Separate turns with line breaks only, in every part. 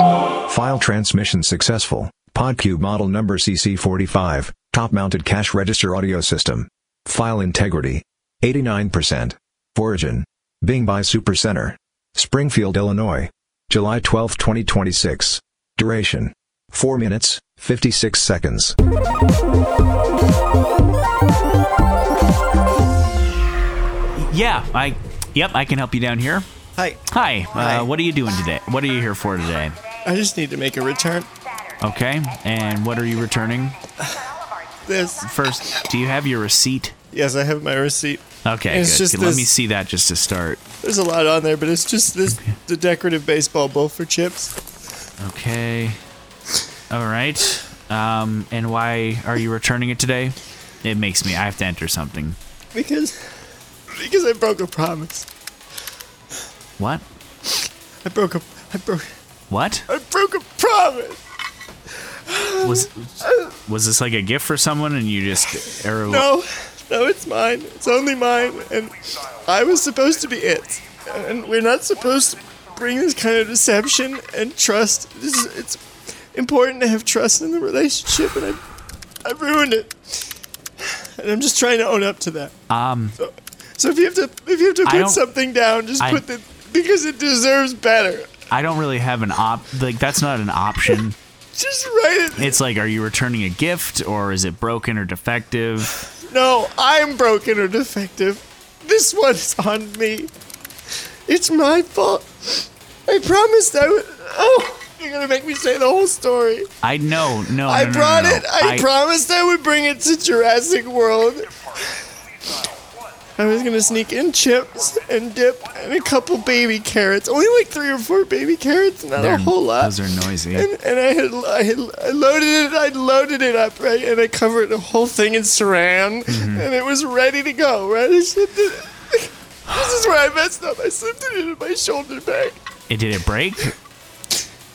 File transmission successful. PodCube model number CC45, top-mounted cash register audio system. File integrity. 89%. Origin. Bing by Supercenter. Springfield, Illinois. July 12, 2026. Duration. 4 minutes, 56 seconds.
Yeah, I. Yep, I can help you down here.
Hi,
Hi.
Hi.
Uh, what are you doing today? What are you here for today?
I just need to make a return.
Okay. And what are you returning?
This.
First, do you have your receipt?
Yes, I have my receipt.
Okay,
It's
good.
just
Good. Let
this-
me see that just to start.
There's a lot on there, but it's just this the decorative baseball bowl for chips.
Okay. All right. Um, and why are you returning it today? It makes me. I have to enter something.
Because because I broke a promise.
What?
I broke a I broke
What
I broke a promise.
was was this like a gift for someone and you just or,
No, no, it's mine. It's only mine, and I was supposed to be it. And we're not supposed to bring this kind of deception and trust. This is, it's important to have trust in the relationship, and I, I ruined it. And I'm just trying to own up to that. Um. So, so if you have to, if you have to
I
put
don't-
something down, just
I-
put the because it deserves better.
I don't really have an op like that's not an option.
Just write it.
It's like are you returning a gift or is it broken or defective?
No, I'm broken or defective. This one is on me. It's my fault. I promised I would. Oh, you're gonna make me say the whole story.
I know, Oh, no.
I
no, no, no,
brought
no.
it. I, promised I would bring it to Jurassic World. I was gonna sneak in chips and dip and a couple baby carrots. Only like three or four baby carrots, not
They're-
a whole lot.
Those are noisy.
And, and I had I had I loaded it I loaded it up right and I covered the whole thing in Saran and it was ready to go right. I slipped it. This is where I messed up. I slipped it into my shoulder bag.
It did it break?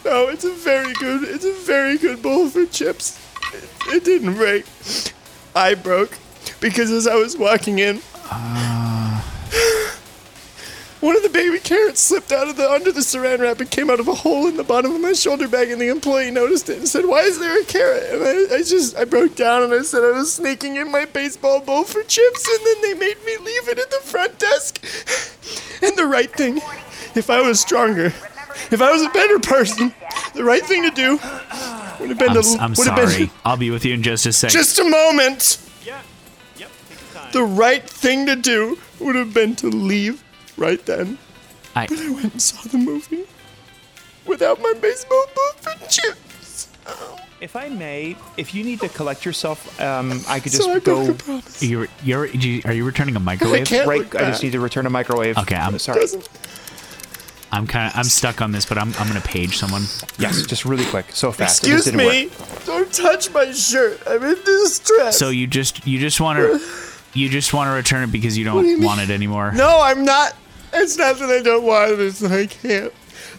No, it's a very good it's a very good bowl for chips. It, it didn't break. I broke because as I was walking in.
Uh.
One of the baby carrots slipped out of the under the saran wrap and came out of a hole in the bottom of my shoulder bag, and the employee noticed it and said, "Why is there a carrot?" And I, I just I broke down and I said I was sneaking in my baseball bowl for chips, and then they made me leave it at the front desk. And the right thing, if I was stronger, if I was a better person, the right thing to do would have been
I'm,
to
s- I'm
would have
sorry.
been
I'll be with you in just a second.
just a moment. The right thing to do would have been to leave right then.
I,
I went and saw the movie without my baseball boot for chips.
If I may, if you need to collect yourself, um, I could just
So I broke
go.
the promise.
you're, you're, do you- are you returning a microwave?
can't-
Right,
Look
I
back.
just need to return a microwave.
Okay, I'm-
sorry.
Doesn't-
I'm kind of I'm stuck on this, but I'm I'm gonna page someone.
Yes, just really quick, so fast. It just
Excuse
didn't
me.
work.
Don't touch my shirt. I'm in distress.
So you just you just want to you just want to return it because you don't
do you mean?
want it anymore.
no, I'm not. It's not that I don't want it. It's that I can't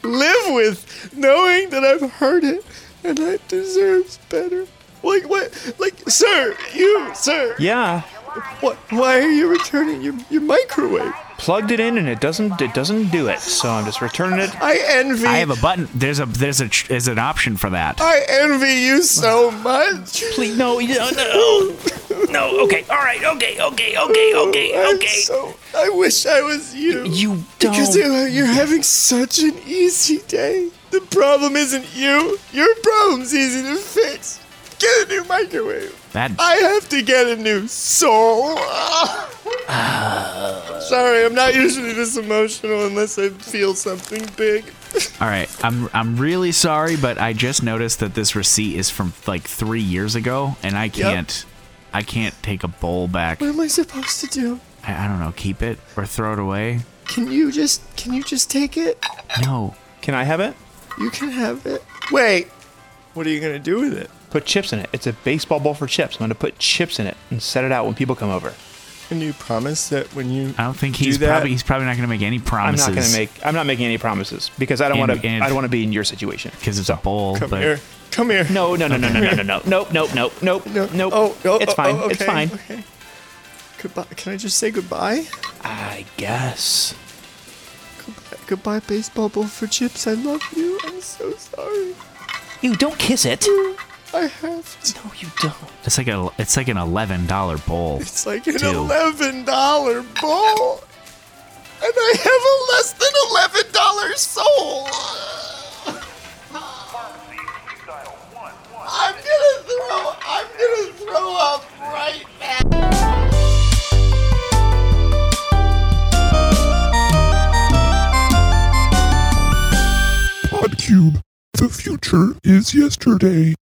live with knowing that I've hurt it and I deserves better. Like what? Like, sir, you, sir.
Yeah,
What? Why are you returning your, your microwave?
plugged it in and it doesn't. It doesn't do it. So I'm just returning it.
I envy.
I have a button. There's a there's a tr- there's an option for that.
I envy you so much.
Please, no, you- no, no, no. Okay, all right, okay, okay, okay, okay,
Oh, I'm
okay.
So, I wish I was you.
You
Because
don't-
you're, you're having such an easy day. The problem isn't you. Your problem's easy to fix. Get a new microwave.
That
I have to get a new soul. Sorry, I'm not usually this emotional unless I feel something big.
all right. I'm I'm really sorry, but I just noticed that this receipt is from like three years ago, and I can't I can't take a bowl back.
What
I,
am I supposed to do?
I don't know. Keep it or throw it away.
Can you just can you just take it?
No.
Can I have it?
You can have it. Wait. What are you gonna do with it?
Put chips in it. It's a baseball ball for chips. I'm gonna put chips in it and set it out when people come over.
Can you promise that when you
Ah,
I don't think he's
do that,
probably he's probably not gonna make any
I'm
promises.
not gonna make. I'm not making any promises because I don't
And-
want to.
and-
I don't want to be in your situation.
because it's a bowl.
come
but
here, come here.
No, no, no, no, no, no, no, no, nope, nope, nope, nope, nope, nope.
Oh, oh,
it's
oh,
fine.
oh,
It's
okay,
fine.
Okay. Goodbye. Can I just say goodbye?
I guess.
Goodbye, goodbye baseball bowl for chips. I love you. I'm so sorry.
You don't kiss it.
I have to.
No, you don't.
It's like a it's like an eleven dollar bowl.
It's like an
Two.
eleven dollar bowl, and I have a less than eleven dollar soul. I'm gonna throw. I'm gonna throw up right now.
Podcube. The future is yesterday.